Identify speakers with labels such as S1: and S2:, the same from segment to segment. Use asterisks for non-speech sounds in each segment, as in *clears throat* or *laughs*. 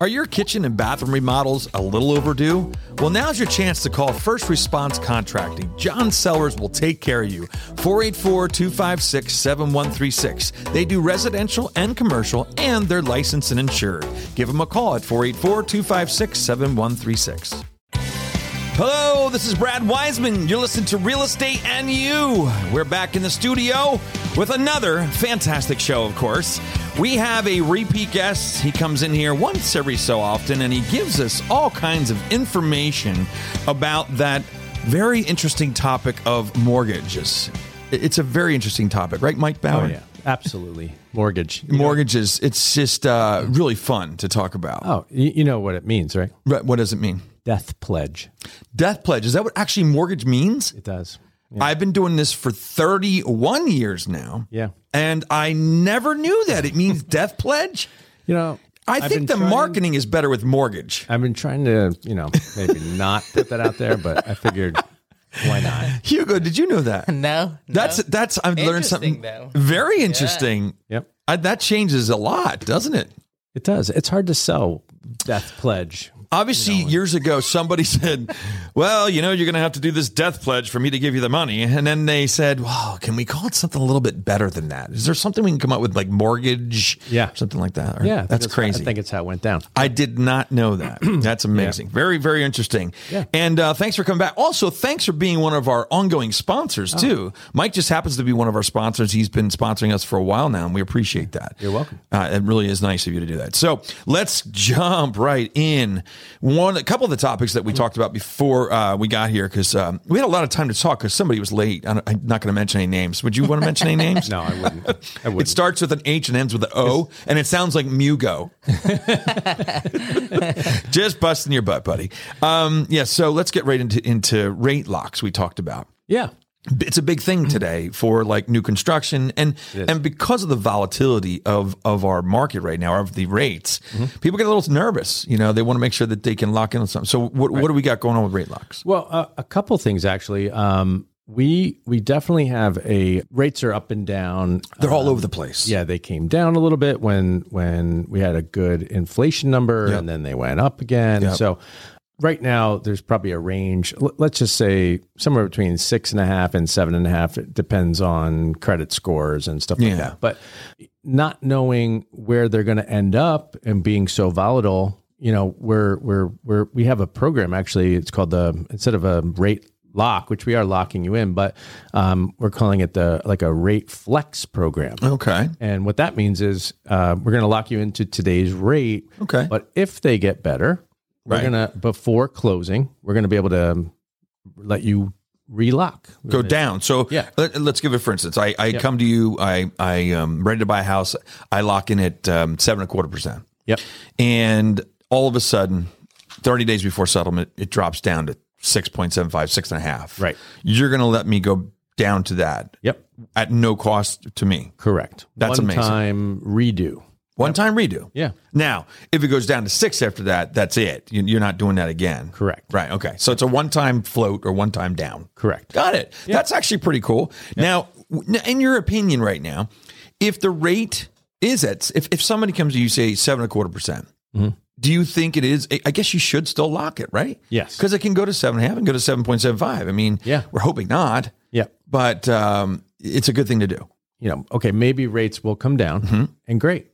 S1: Are your kitchen and bathroom remodels a little overdue? Well, now's your chance to call First Response Contracting. John Sellers will take care of you. 484 256 7136. They do residential and commercial, and they're licensed and insured. Give them a call at 484 256 7136. Hello, this is Brad Wiseman. You're listening to Real Estate and You. We're back in the studio with another fantastic show, of course. We have a repeat guest. He comes in here once every so often and he gives us all kinds of information about that very interesting topic of mortgages. It's a very interesting topic, right, Mike Bauer?
S2: Oh yeah, absolutely.
S1: *laughs*
S2: Mortgage.
S1: Mortgages, it's just uh, really fun to talk about.
S2: Oh, you, you know what it means, right?
S1: Right, What does it mean?
S2: Death pledge.
S1: Death pledge. Is that what actually mortgage means?
S2: It does.
S1: I've been doing this for 31 years now.
S2: Yeah.
S1: And I never knew that. It
S2: *laughs*
S1: means death pledge.
S2: You know,
S1: I
S2: I've been
S1: think the
S2: trying-
S1: marketing is better with
S2: *laughs*
S1: mortgage.
S2: I've been trying to, you know, maybe
S1: *laughs*
S2: not put that out there, but I figured, why not?
S1: Hugo, did you know that?
S3: *laughs* No,
S1: That's
S3: no.
S1: that's I've learned something
S3: Interesting, though.
S1: very interesting.
S2: Yep.
S1: I, that changes a lot, doesn't it?
S2: It does. It's hard to sell death pledge.
S1: Obviously, years ago, somebody *laughs* said, Well, you know, you're going to have to do this death pledge for me to give you the money. And then they said, Wow, can we call it something a little bit better than that? Is there something we can come up with, like mortgage?
S2: Yeah.
S1: Something like that. Or-
S2: Yeah, I think
S1: That's
S2: I
S1: crazy.
S2: think it's how it went down.
S1: I did not know
S2: *clears throat*
S1: that. That's amazing. Very, very interesting.
S2: Yeah.
S1: And uh, thanks for coming back. Also, thanks for being one of our ongoing
S2: Oh.
S1: sponsors, too. Mike just happens to be one of our sponsors. He's been sponsoring us for a while now, and we appreciate that. You're
S2: welcome.
S1: Uh, it really is nice of you to do that. So let's jump right in. One, a couple of the topics that we talked about before uh, we got here, because um, we had a lot of time to talk because somebody was late. I don't- I'm not going to mention any names. Would you want to mention any names?
S2: No, I wouldn't. I
S1: *laughs* It
S2: wouldn't.
S1: starts with an H and ends with an O, and it sounds like *laughs* Mugo. Just busting your butt, buddy. Um, yeah, so let's get right into into rate locks we talked about.
S2: yeah.
S1: It's a big thing today for like new construction and and because of the volatility of of our market right now of the rates, people get a little nervous. You know, they want to make sure that they can lock in on something. So what what do we got going on with rate locks?
S2: Well, uh, a couple things actually. Um, we we definitely have a rates are up and down.
S1: They're all over the place.
S2: Yeah, they came down a little bit when when we had a good inflation number, and then they went up again. So right now, there's probably a range. l- Let's just say somewhere between six and a half and seven and a half. It depends on credit scores and stuff
S1: Yeah.
S2: like that. But not knowing where they're going to end up and being so volatile, you know, we're we're we're we have a program actually. It's called the instead of a rate lock, which we are locking you in, but um, we're calling it the like a rate flex program.
S1: Okay.
S2: And what that means is uh, we're going to lock you into today's rate.
S1: Okay.
S2: But if they get better,
S1: Right.
S2: we're going to, before closing, we're going to be able to um, let you relock.
S1: go down. So
S2: Yeah.
S1: let, us give it for instance. I, I come to you. I I am ready to buy a house. I lock in at um, seven and a quarter percent,
S2: Yep.
S1: and all of a sudden, thirty days before settlement, it drops down to six point seven five, six and a half.
S2: Right.
S1: You're going to let me go down to that
S2: Yep.
S1: at no cost to me.
S2: Correct.
S1: That's
S2: One
S1: amazing.
S2: time redo.
S1: One time redo.
S2: Yeah.
S1: Now, if it goes down to six after that, that's it. You- You're not doing that again.
S2: Correct.
S1: Right. Okay. So it's a one time float or one time down.
S2: Correct.
S1: Got it. That's actually pretty cool. Now, w- in your opinion, right now, if the rate is at if if somebody comes to you say seven and a quarter percent,
S2: Mm-hmm.
S1: do you think it is? I guess you should still lock it, right?
S2: Yes.
S1: because it can go to seven and a half and go to seven point seven five. I mean,
S2: Yeah.
S1: we're hoping not.
S2: Yep.
S1: but um, it's a good thing to do.
S2: You know, okay, maybe rates will come down and great.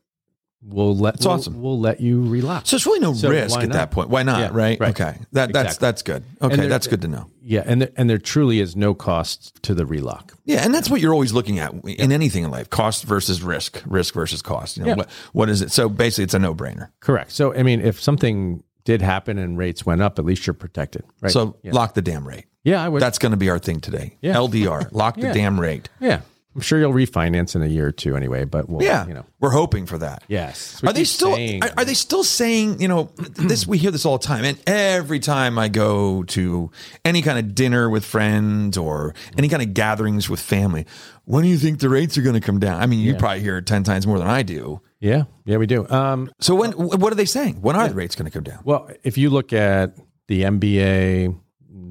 S2: We'll let, we'll,
S1: Mm-hmm. awesome.
S2: we'll let you relock.
S1: So there's really no
S2: So
S1: risk
S2: why
S1: at
S2: not?
S1: that point. Why not?
S2: Yeah,
S1: right?
S2: right.
S1: Okay. That that's
S2: Exactly.
S1: that's good. Okay,
S2: there-
S1: that's good to know.
S2: yeah. And there, and there truly is no cost to the relock.
S1: Yeah, and that's what you're always looking at in anything in life: cost versus risk, risk versus cost. You know,
S2: Yeah.
S1: what what is it? So basically, it's a no brainer.
S2: Correct. So, I mean, if something did happen and rates went up, at least you're protected, right?
S1: So lock the damn rate.
S2: yeah, I would.
S1: That's going to be our thing today.
S2: Yeah.
S1: LDR, lock the
S2: Yeah.
S1: damn rate.
S2: yeah, I'm sure you'll refinance in a year or two anyway. But we'll,
S1: Yeah,
S2: you know,
S1: we're hoping for that.
S2: yes.
S1: Are they still are, are they still saying you
S2: *clears throat*
S1: know this? We hear this all the time, and every time I go to any kind of dinner with friends or any kind of gatherings with family, when do you think the rates are going to come down? I mean, you probably hear it ten times more than I do.
S2: yeah, yeah, we do. Um,
S1: So when what are they saying? When are the rates going to come down?
S2: well, if you look at the
S1: Mm-hmm.
S2: MBA,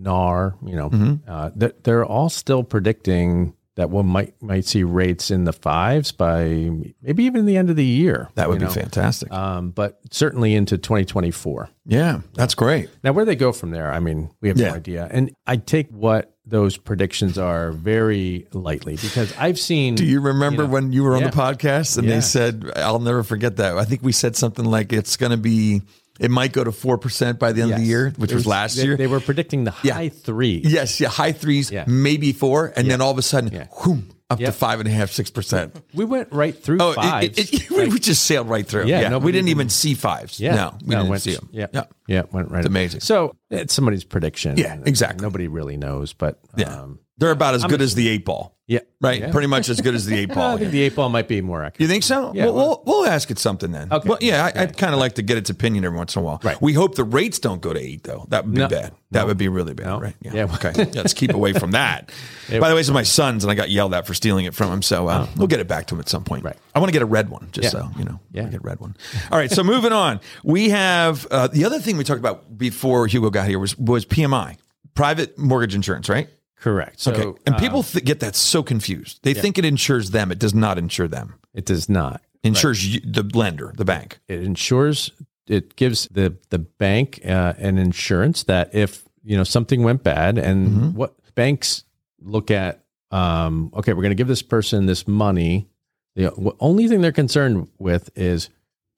S2: NAR, you know, uh, they're, they're all still predicting that one might might see rates in the fives by maybe even the end of the year.
S1: That would
S2: you
S1: be
S2: know?
S1: fantastic.
S2: Um, but certainly into 2024.
S1: yeah, that's great.
S2: Now, where they go from there, I mean, we have
S1: Yeah.
S2: no idea. And I take what those predictions are very lightly because I've seen.
S1: Do you remember when you were on
S2: yeah.
S1: the podcast and
S2: Yeah.
S1: they said, I'll never forget that. I think we said something like it's going to be, it might go to 4% by the end of the
S2: Yes.
S1: year, which
S2: It
S1: was, last
S2: they,
S1: year.
S2: They were predicting the
S1: Yeah.
S2: high three.
S1: yes, yeah, high threes,
S2: Yeah.
S1: maybe four. And then all of a sudden,
S2: Yeah.
S1: whoom, up to
S2: Yep.
S1: five and a half, six
S2: *laughs*
S1: percent.
S2: We went right through
S1: Oh,
S2: five.
S1: it, it, *laughs* it, we just sailed right through.
S2: Yeah,
S1: Yeah, we
S2: nobody
S1: didn't
S2: even-
S1: even see fives.
S2: Yeah.
S1: No, we didn't
S2: went,
S1: see them.
S2: Yeah.
S1: yeah.
S2: yeah. Went right.
S1: amazing.
S2: So it's somebody's prediction.
S1: Yeah,
S2: And
S1: exactly.
S2: Nobody really knows, but
S1: Yeah.
S2: um,
S1: They're about as good as the eight ball,
S2: yeah.
S1: right?
S2: Yeah.
S1: Pretty
S2: *laughs*
S1: much as good as the eight
S2: Well,
S1: ball.
S2: I think the eight ball might be more accurate.
S1: You think so?
S2: Yeah,
S1: well,
S2: well-
S1: we'll, we'll ask it something then.
S2: Okay.
S1: Well, yeah, I, I'd kind of like to get its opinion every once in a while.
S2: Right.
S1: We hope the rates don't go to eight, though. That would be
S2: No.
S1: bad. That would be really bad, right?
S2: Yeah.
S1: Okay. Let's keep away from
S2: *laughs*
S1: that. By the way, this is my son's, and I got yelled at for stealing it from him. So uh, we'll get it back to him at some point.
S2: Oh. Right.
S1: I want to get a red one, just
S2: Yeah.
S1: so you know.
S2: Yeah.
S1: I get a red one. All right. So moving on, we have uh, the other thing we talked about before Hugo got here was was PMI, private mortgage insurance, right?
S2: Correct. So,
S1: Okay. and
S2: uh,
S1: people th- get that so confused. They think it insures them. It does not insure them
S2: It does not.
S1: insures you, the lender, the bank.
S2: It insures. It gives the the bank uh, an insurance that if you know something went bad, and
S1: Mm-hmm.
S2: what banks look at, um, okay, we're going to give this person this money. The o- only thing they're concerned with is,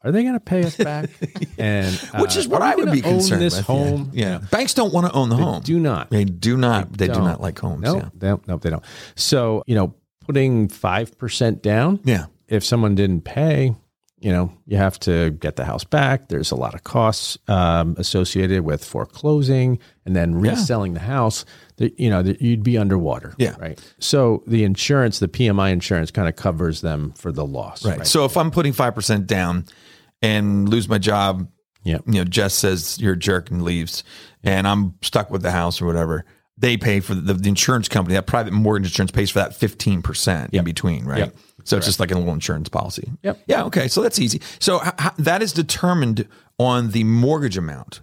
S2: are they going to pay
S1: *laughs*
S2: us back? And
S1: Which
S2: uh,
S1: is what
S2: are we
S1: I would
S2: gonna
S1: be
S2: own
S1: concerned
S2: This
S1: with.
S2: home,
S1: yeah. Yeah. banks don't want to own the home.
S2: do not.
S1: they do not. They do
S2: don't.
S1: not like homes.
S2: No,
S1: Yeah,
S2: they don't- no, they don't. So you know, putting five percent down.
S1: yeah,
S2: if someone didn't pay, you know, you have to get the house back. There's a lot of costs um, associated with foreclosing and then reselling the house. That you know, that you'd be underwater.
S1: Yeah.
S2: Right. So the insurance, the PMI insurance, kind of covers them for the loss.
S1: right. So if I'm putting five percent down and lose my job,
S2: Yeah.
S1: you know, Jess says you're a jerk and leaves, and I'm stuck with the house or whatever. They pay for the, the insurance company. That private mortgage insurance pays for that fifteen percent in between, right?
S2: Yep.
S1: So it's just like a little insurance policy.
S2: Yep.
S1: Yeah. Okay. So that's easy. So h- h- that is determined on the mortgage amount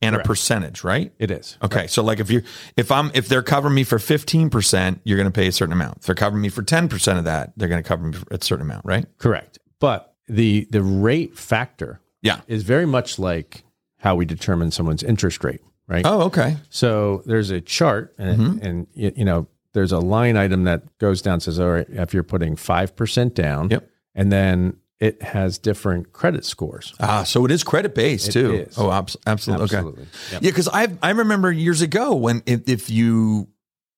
S1: and a percentage, right?
S2: It is.
S1: Okay, so like if you if I'm if they're covering me for fifteen percent, you're going to pay a certain amount. If they're covering me for ten percent of that, they're going to cover me for a certain amount, right?
S2: Correct. But the the rate factor
S1: Yeah.
S2: is very much like how we determine someone's interest rate, right?
S1: Oh, okay.
S2: So there's a chart, and,
S1: Mm-hmm.
S2: and y- you know there's a line item that goes down says, all right, if you're putting five percent down,
S1: Yep.
S2: and then it has different credit scores.
S1: Ah, so it is credit based too.
S2: is.
S1: Oh, abs- absolutely.
S2: Absolutely.
S1: Okay. Yeah, because I I remember years ago when if, if you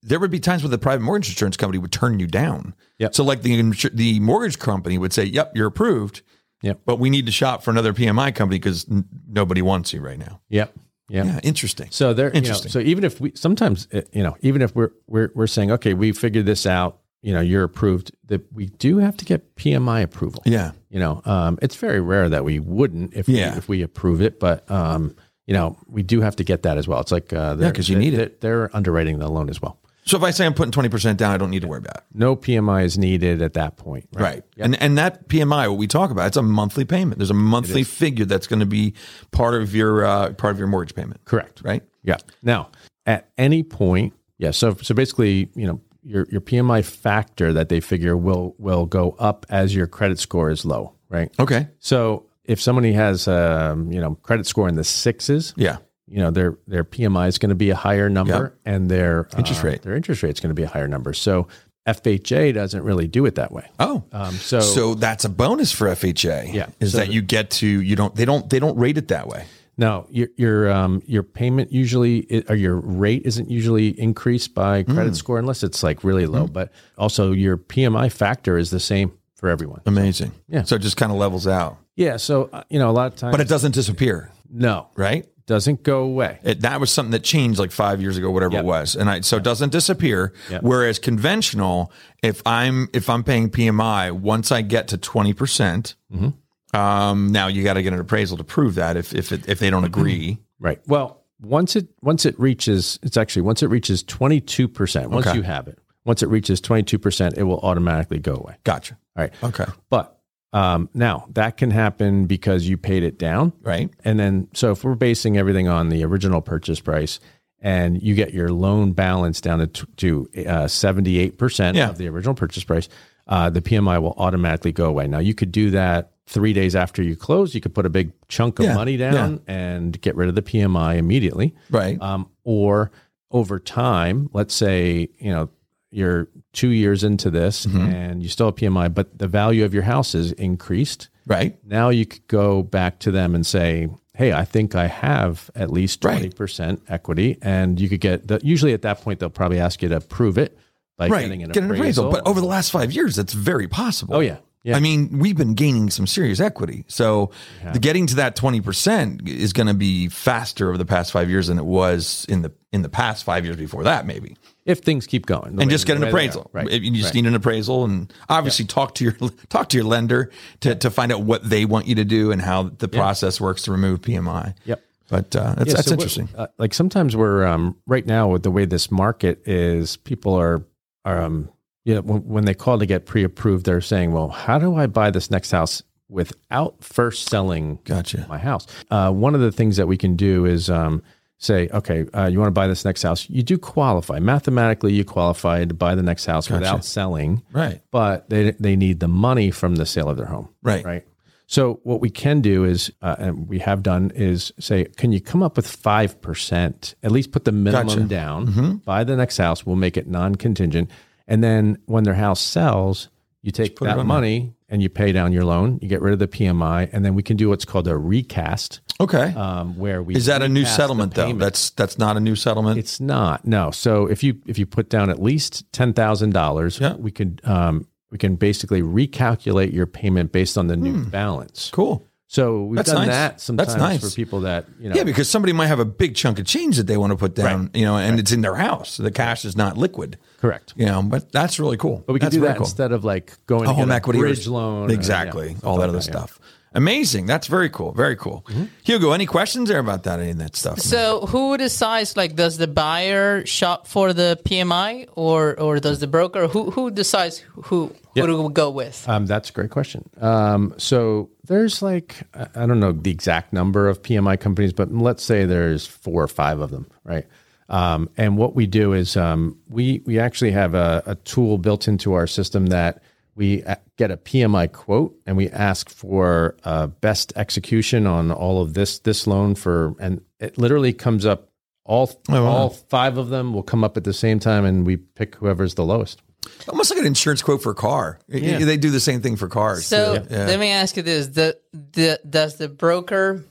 S1: there would be times when the private mortgage insurance company would turn you down.
S2: Yep.
S1: So like the insu- the mortgage company would say, "Yep, you're approved."
S2: Yep.
S1: But we need to shop for another PMI company because n- nobody wants you right now.
S2: Yep. Yep.
S1: Yeah, interesting.
S2: So there, you know,
S1: Interesting.
S2: so even if we sometimes, uh, you know, even if we're we're we're saying, okay, we figured this out, you know, you're approved. That we do have to get PMI approval.
S1: Yeah.
S2: You know, um, it's very rare that we wouldn't if
S1: Yeah.
S2: we, if we approve it, but um, you know, we do have to get that as well. It's like uh, they're-
S1: 'cause you need
S2: they're- They're underwriting the loan as well.
S1: So if I say I'm putting twenty percent down, I don't need to worry about it.
S2: no PMI is needed at that point. Right.
S1: Right. And and that PMI what we talk about, it's a monthly payment. There's a monthly figure that's going to be part of your uh, part of your mortgage payment.
S2: Correct.
S1: Right?
S2: Yeah. Now, at any point, yeah. So, so basically, you know, your your PMI factor that they figure will will go up as your credit score is low, right?
S1: Okay.
S2: So, if somebody has um, you know credit score in the sixes,
S1: Yeah.
S2: you know their their PMI is going to be a higher number, and their
S1: Interest
S2: uh,
S1: rate.
S2: their interest rate is going to be a higher number. So, FHA doesn't really do it that way.
S1: Oh.
S2: Um, so,
S1: so that's a bonus for FHA.
S2: Yeah.
S1: Is
S2: So
S1: that you get to you don't they don't they don't rate it that way.
S2: No, your your um your payment usually or your rate isn't usually increased by credit
S1: Mm.
S2: score unless it's like really low.
S1: Mm-hmm.
S2: But also your PMI factor is the same for everyone.
S1: Amazing.
S2: Yeah.
S1: So it just kind of levels out.
S2: Yeah, so uh, you know a lot of times,
S1: But it doesn't disappear,
S2: no,
S1: right?
S2: doesn't go away.
S1: It, that was something that changed like five years ago, whatever it was, and I, so it doesn't disappear. Whereas conventional, if I'm if I'm paying PMI, once I get to twenty percent,
S2: Mm-hmm.
S1: um, now you got to get an appraisal to prove that if if it, if they
S2: Mm-hmm.
S1: don't agree,
S2: Right. Well, once it once it reaches, it's actually once it reaches twenty two percent. Once
S1: Okay.
S2: you have it, once it reaches twenty two percent, it will automatically go away.
S1: gotcha.
S2: All right.
S1: Okay,
S2: But um, now that can happen because you paid it down.
S1: right?
S2: And then, so if we're basing everything on the original purchase price and you get your loan balance down to, t- to uh, 78%
S1: Yeah.
S2: of the original purchase price, uh, the PMI will automatically go away. Now, you could do that three days after you close. You could put a big chunk of
S1: Yeah,
S2: money down and get rid of the PMI immediately.
S1: Right.
S2: Um, or over time, let's say, you know, you're two years into this
S1: Mm-hmm.
S2: and you still have PMI, but the value of your house is increased
S1: right.
S2: now you could go back to them and say, "Hey, I think I have at least
S1: Right.
S2: twenty percent equity," and you could get. The, usually, at that point, they'll probably ask you to prove it by
S1: Right.
S2: getting an
S1: Get an
S2: appraisal.
S1: appraisal. But oh over the last five years, that's very possible.
S2: oh yeah, yeah,
S1: I mean, we've been gaining some serious equity. So the getting to that 20% is going to be faster over the past 5 years than it was in the in the past 5 years before that maybe.
S2: if things keep going, the
S1: And
S2: way-
S1: just get
S2: the
S1: an
S2: way they are.
S1: appraisal.
S2: right?
S1: If You just need an appraisal and obviously talk to your talk to your lender to to find out what they want you to do and how the process works to remove PMI.
S2: Yep.
S1: But uh, that's
S2: Yeah,
S1: that's
S2: so what-
S1: interesting.
S2: uh, like sometimes we're um, right now with the way this market is, people are are um, yeah when, when they call to get pre-approved, they're saying, "Well, how do I buy this next house without first selling
S1: Gotcha.
S2: my house?" Uh, one of the things that we can do is um, say, "Okay, uh, you want to buy this next house? You do qualify mathematically. You qualify to buy the next house without selling,
S1: Right.
S2: but they they need the money from the sale of their home,
S1: Right.
S2: right? So what we can do is, uh, and we have done is say, can you come up with five percent? At least put the minimum
S1: Gotcha. Mm-hmm.
S2: down. Buy the next house. We'll make it non-contingent, and then when their house sells, you take
S1: it
S2: that
S1: on
S2: money and you pay down your loan. You get rid of the PMI, and then we can do what's called a recast,
S1: Okay.
S2: um, where we
S1: is that a new
S2: recast the
S1: settlement though?
S2: payment.
S1: That's that's not a new settlement.
S2: It's not no. So if you if you put down at least ten thousand dollars,
S1: Yeah.
S2: we could um, we can basically recalculate your payment based on the new
S1: Hmm.
S2: balance.
S1: cool.
S2: So we've
S1: That's
S2: done
S1: nice.
S2: that sometimes
S1: That's nice.
S2: for people that you know.
S1: Yeah, because somebody might have a big chunk of change that they want to put down, you know, and it's in their house. The cash is not liquid,
S2: correct.
S1: you know, but that's really cool.
S2: But we can
S1: that's
S2: do
S1: very
S2: that instead of like going to
S1: home
S2: get a
S1: equity or-
S2: bridge loan. or, yeah,
S1: Exactly.
S2: something
S1: All that
S2: like
S1: other
S2: yeah. Mm-hmm.
S1: stuff. Amazing. That's very cool. Very cool. Hugo, any questions there about that? Any of that stuff?
S3: So who decides? Like, does the buyer shop for the PMI, or or does the broker? Who who decides who who to go with?
S2: Um, that's a great question. Um, so there's like I I don't know the exact number of PMI companies, but let's say there's four or five of them, right? Um, and what we do is um, we we actually have a, a tool built into our system that we a- get a PMI quote and we ask for uh, best execution on all of this this loan for, and it literally comes up all all five of them will come up at the same time, and we pick whoever's the lowest.
S1: Almost like an insurance quote for a car. Y- y- They do the same thing for cars.
S3: So
S1: too. Yeah.
S3: let me ask you this: the, the does the broker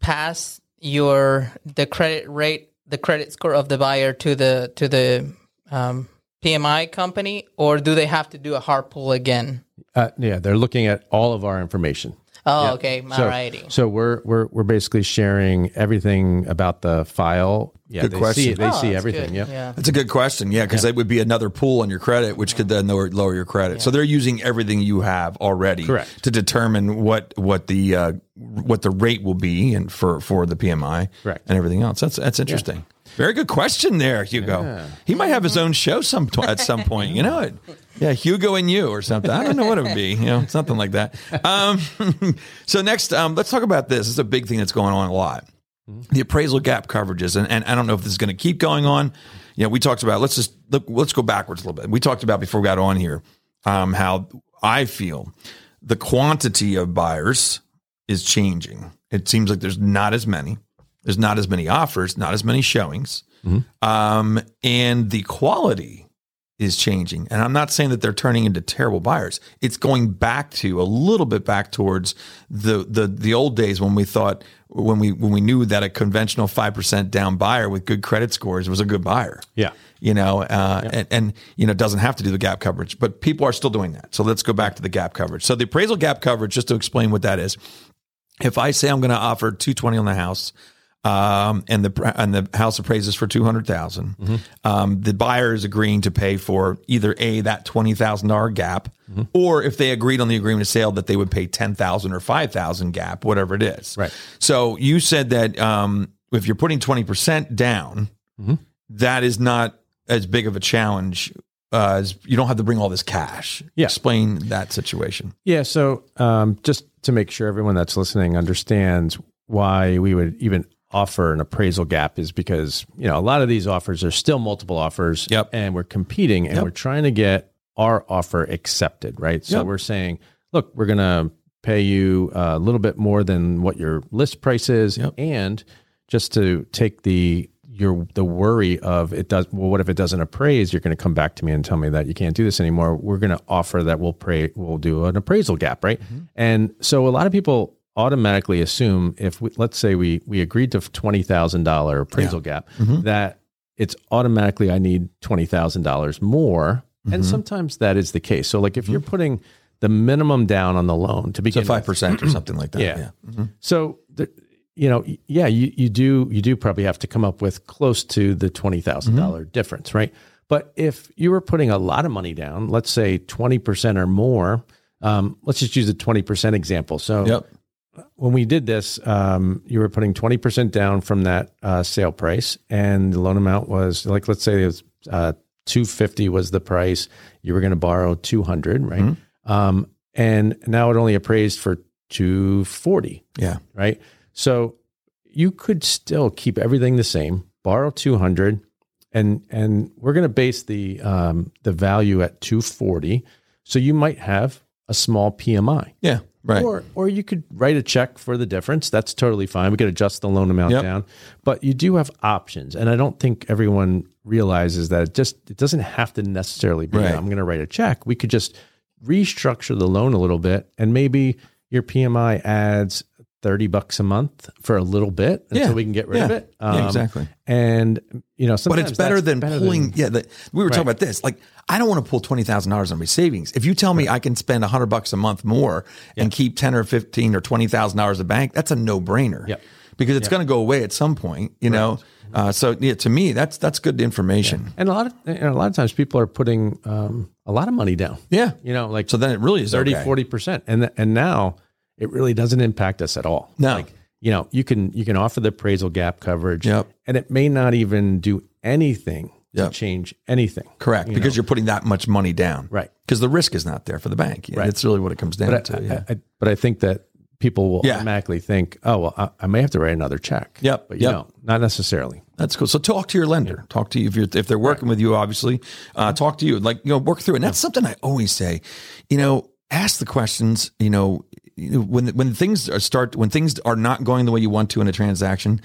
S3: pass your the credit rate, the credit score of the buyer to the to the um, PMI company, or do they have to do a hard pull again?
S2: Uh, yeah, they're looking at all of our information.
S3: Oh, okay,
S2: So,
S3: alrighty.
S2: so we're we're we're basically sharing everything about the file. Yeah,
S1: Good
S2: they see
S1: question.
S2: they
S3: Oh,
S2: see
S3: that's
S2: everything.
S3: good.
S2: Yeah.
S1: That's a good question. Yeah, because it would be another pool on your credit, which could then lower, lower your credit. So they're using everything you have already
S2: Correct.
S1: to determine what what the uh, what the rate will be and for for the PMI
S2: Correct.
S1: and everything else. That's that's interesting. Very good question there, Hugo. He might have his
S2: Mm-hmm.
S1: own show some at some point. You
S2: *laughs*
S1: know it. Yeah, Hugo and you or something. I don't know what it would be. You know, something like that. Um, *laughs* so next, um, let's talk about this. It's a big thing that's going on a lot the appraisal gap coverages and, and i don't know if this is going to keep going on you know we talked about let's just look let's go backwards a little bit we talked about before we got on here um, how i feel the quantity of buyers is changing it seems like there's not as many there's not as many offers not as many showings um, and the quality is changing. And I'm not saying that they're turning into terrible buyers. It's going back to a little bit back towards the the the old days when we thought when we when we knew that a conventional five percent down buyer with good credit scores was a good buyer.
S2: Yeah.
S1: You know, uh, and, and you know doesn't have to do the gap coverage, but people are still doing that. So let's go back to the gap coverage. So the appraisal gap coverage, just to explain what that is, if I say I'm going to offer 220 on the house, um, and the pr- and the house appraises for 200,000, um, the buyer is agreeing to pay for either a that $20,000 gap, or if they agreed on the agreement of sale that they would pay 10,000 or 5,000 gap, whatever it is.
S2: Right.
S1: So you said that um, if you're putting 20% down, that is not as big of a challenge. Uh, as you don't have to bring all this cash.
S2: Yeah.
S1: Explain that situation.
S2: Yeah. So um, just to make sure everyone that's listening understands why we would even offer an appraisal gap is because you know a lot of these offers are still multiple offers
S1: Yep.
S2: and we're competing and
S1: Yep.
S2: we're trying to get our offer accepted right so
S1: Yep.
S2: we're saying look we're going to pay you a little bit more than what your list price is
S1: Yep.
S2: and just to take the your the worry of it does well what if it doesn't appraise you're going to come back to me and tell me that you can't do this anymore we're going to offer that we'll pray we'll do an appraisal gap right
S1: Mm-hmm.
S2: and so a lot of people automatically assume if we, let's say we we agreed to $20,000 appraisal gap
S1: Mm-hmm.
S2: that it's automatically I need $20,000 more
S1: Mm-hmm.
S2: and sometimes that is the case so like if you're putting the minimum down on the loan to begin
S1: So
S2: with,
S1: five Mm-hmm. percent or something like that.
S2: Yeah. so, the, you know, y- yeah, you, you do you do probably have to come up with close to the twenty
S1: Mm-hmm.
S2: dollar difference, right? But if you were putting a lot of money down, let's say twenty percent or more, um, let's just use a twenty percent example. So
S1: Yep.
S2: when we did this, um, you were putting twenty percent down from that uh, sale price, and the loan amount was like let's say it was uh, two fifty was the price. You were going to borrow two hundred, right? Um, and now it only appraised for two forty
S1: Yeah.
S2: right? So you could still keep everything the same, borrow 200 and and we're going to base the um, the value at 240. So you might have a small PMI.
S1: Yeah. Right.
S2: Or or you could write a check for the difference. That's totally fine. We could adjust the loan amount
S1: Yep.
S2: down. But you do have options. And I don't think everyone realizes that it just it doesn't have to necessarily be
S1: Right.
S2: I'm gonna write a check. We could just restructure the loan a little bit and maybe your PMI adds thirty bucks a month for a little bit until
S1: Yeah.
S2: we can get rid of
S1: Yeah.
S2: it. Um,
S1: Yeah, exactly.
S2: And you know,
S1: But
S2: sometimes
S1: it's better
S2: that's
S1: than pulling. yeah, the, we were talking
S2: Right.
S1: about this. Like, I don't want to pull twenty thousand dollars on my savings. If you tell me I can spend hundred bucks a month more and keep ten or fifteen or twenty thousand dollars a bank, that's a no brainer.
S2: Yep.
S1: Because it's going to go away at some point, you know. Uh, so yeah, to me, that's that's good information.
S2: and a lot of and a lot of times people are putting um, a lot of money down.
S1: Yeah.
S2: You know, like
S1: So then it really is
S2: 30
S1: okay.
S2: 40% and th- and now it really doesn't impact us at all
S1: No.
S2: you know you can you can offer the appraisal gap coverage
S1: Yep.
S2: and it may not even do anything
S1: Yep.
S2: to change anything
S1: Correct, because you're putting that much money down,
S2: Right.
S1: Because the risk is not there for the bank. Yeah,
S2: Right.
S1: That's really what it comes down
S2: but
S1: to.
S2: I,
S1: yeah.
S2: I, I- but i think that people will
S1: Yeah.
S2: automatically think oh well I, I may have to write another check
S1: Yep.
S2: but you
S1: Yep.
S2: know not necessarily
S1: That's cool. So talk to your lender. Talk to you if you're if they're working with you. Obviously, uh, talk to you. Like you know, work through. it. And that's something I always say. You know, ask the questions. You know, you know, when when things are start when things are not going the way you want to in a transaction,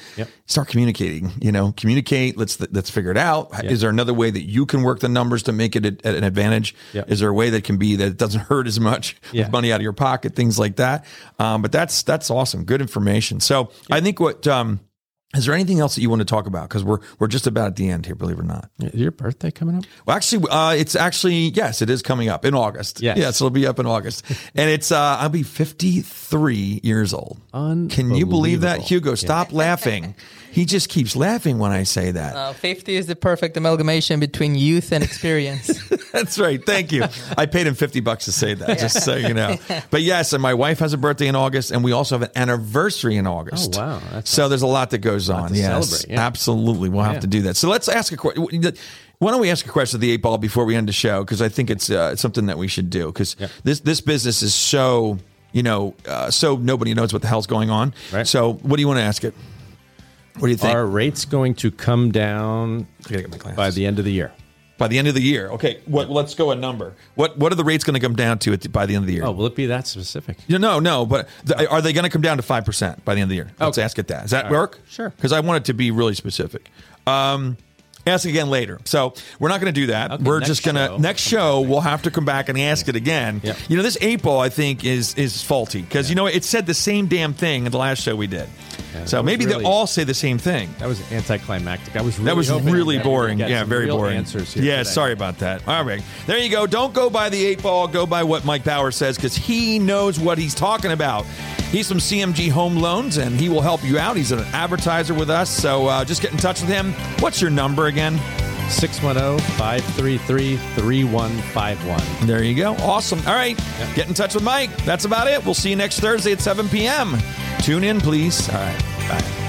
S1: start communicating. You know, communicate. Let's let's figure it out. Is there another way that you can work the numbers to make it a, an advantage?
S2: Yeah.
S1: Is there a way that can be that it doesn't *laughs* hurt as much
S2: Yeah.
S1: with money out of your pocket? Things like that. Um, but that's that's awesome. Good information. So I think what. Um, is there anything else that you want to talk about? Because we're we're just about at the end here, believe it or not.
S2: is your birthday coming up
S1: Well, actually, uh, it's actually yes, it is coming up in August.
S2: Yes.
S1: yes, it'll be up in
S2: *laughs*
S1: August, and it's uh, I'll be fifty three years old. Can you believe that,
S2: Unbelievable.
S1: Hugo? Stop
S2: *laughs*
S1: laughing. He just keeps laughing when I say that.
S3: Uh, 50 is the perfect amalgamation between youth and experience.
S1: That's right. Thank you. I paid him 50 bucks to say that, just so you know. But yes, and my wife has a birthday in August, and we also have an anniversary in August.
S2: Oh, wow. That's
S1: so there's a lot that goes on.
S2: to
S1: yes.
S2: celebrate, yeah.
S1: Absolutely. We'll have to do that. So let's ask a question. Why don't we ask a question of the eight ball before we end the show? Because I think it's uh, something that we should do. Because this this business is so you know uh, so nobody knows what the hell's going on.
S2: Right.
S1: So what do you want to ask it? What do you think?
S2: are rates going to come down
S1: I gotta get my glasses.
S2: by the end of the year
S1: by the end of the year. Okay, what, let's go a number. What what are the rates going to come down to at the, by the end of the year?
S2: oh will it be that specific
S1: Yeah, No, no, but th- are they going to come down to 5% by the end of the year? Let's
S2: Okay.
S1: ask it that. Does that work?
S2: Sure.
S1: Because I want it to be really specific. Um, ask again later. So we're not going to do that.
S2: Okay,
S1: we're
S2: next
S1: just going
S2: show.
S1: to, next show, we'll have to come back and ask it again.
S2: Yep.
S1: You know, this eight ball, I think, is is faulty because, you know, it said the same damn thing in the last show we did. so
S2: that was
S1: maybe
S2: really-
S1: they all say the same thing.
S2: That was anticlimactic. I was really
S1: That was
S2: hoping
S1: really
S2: that we could
S1: boring.
S2: get
S1: Yeah,
S2: some
S1: very
S2: real
S1: boring.
S2: Answers here
S1: yeah,
S2: today.
S1: sorry about that. All right. There you go. Don't go by the eight ball. Go by what Mike Bauer says because he knows what he's talking about. He's from CMG Home Loans and he will help you out. He's an advertiser with us. So uh, just get in touch with him. What's your number again?
S2: oh, 610-533-3151.
S1: There you go. Awesome. All right. Get in touch with Mike. That's about it. We'll see you next Thursday at 7 p.m. Tune in, please. All right. Bye.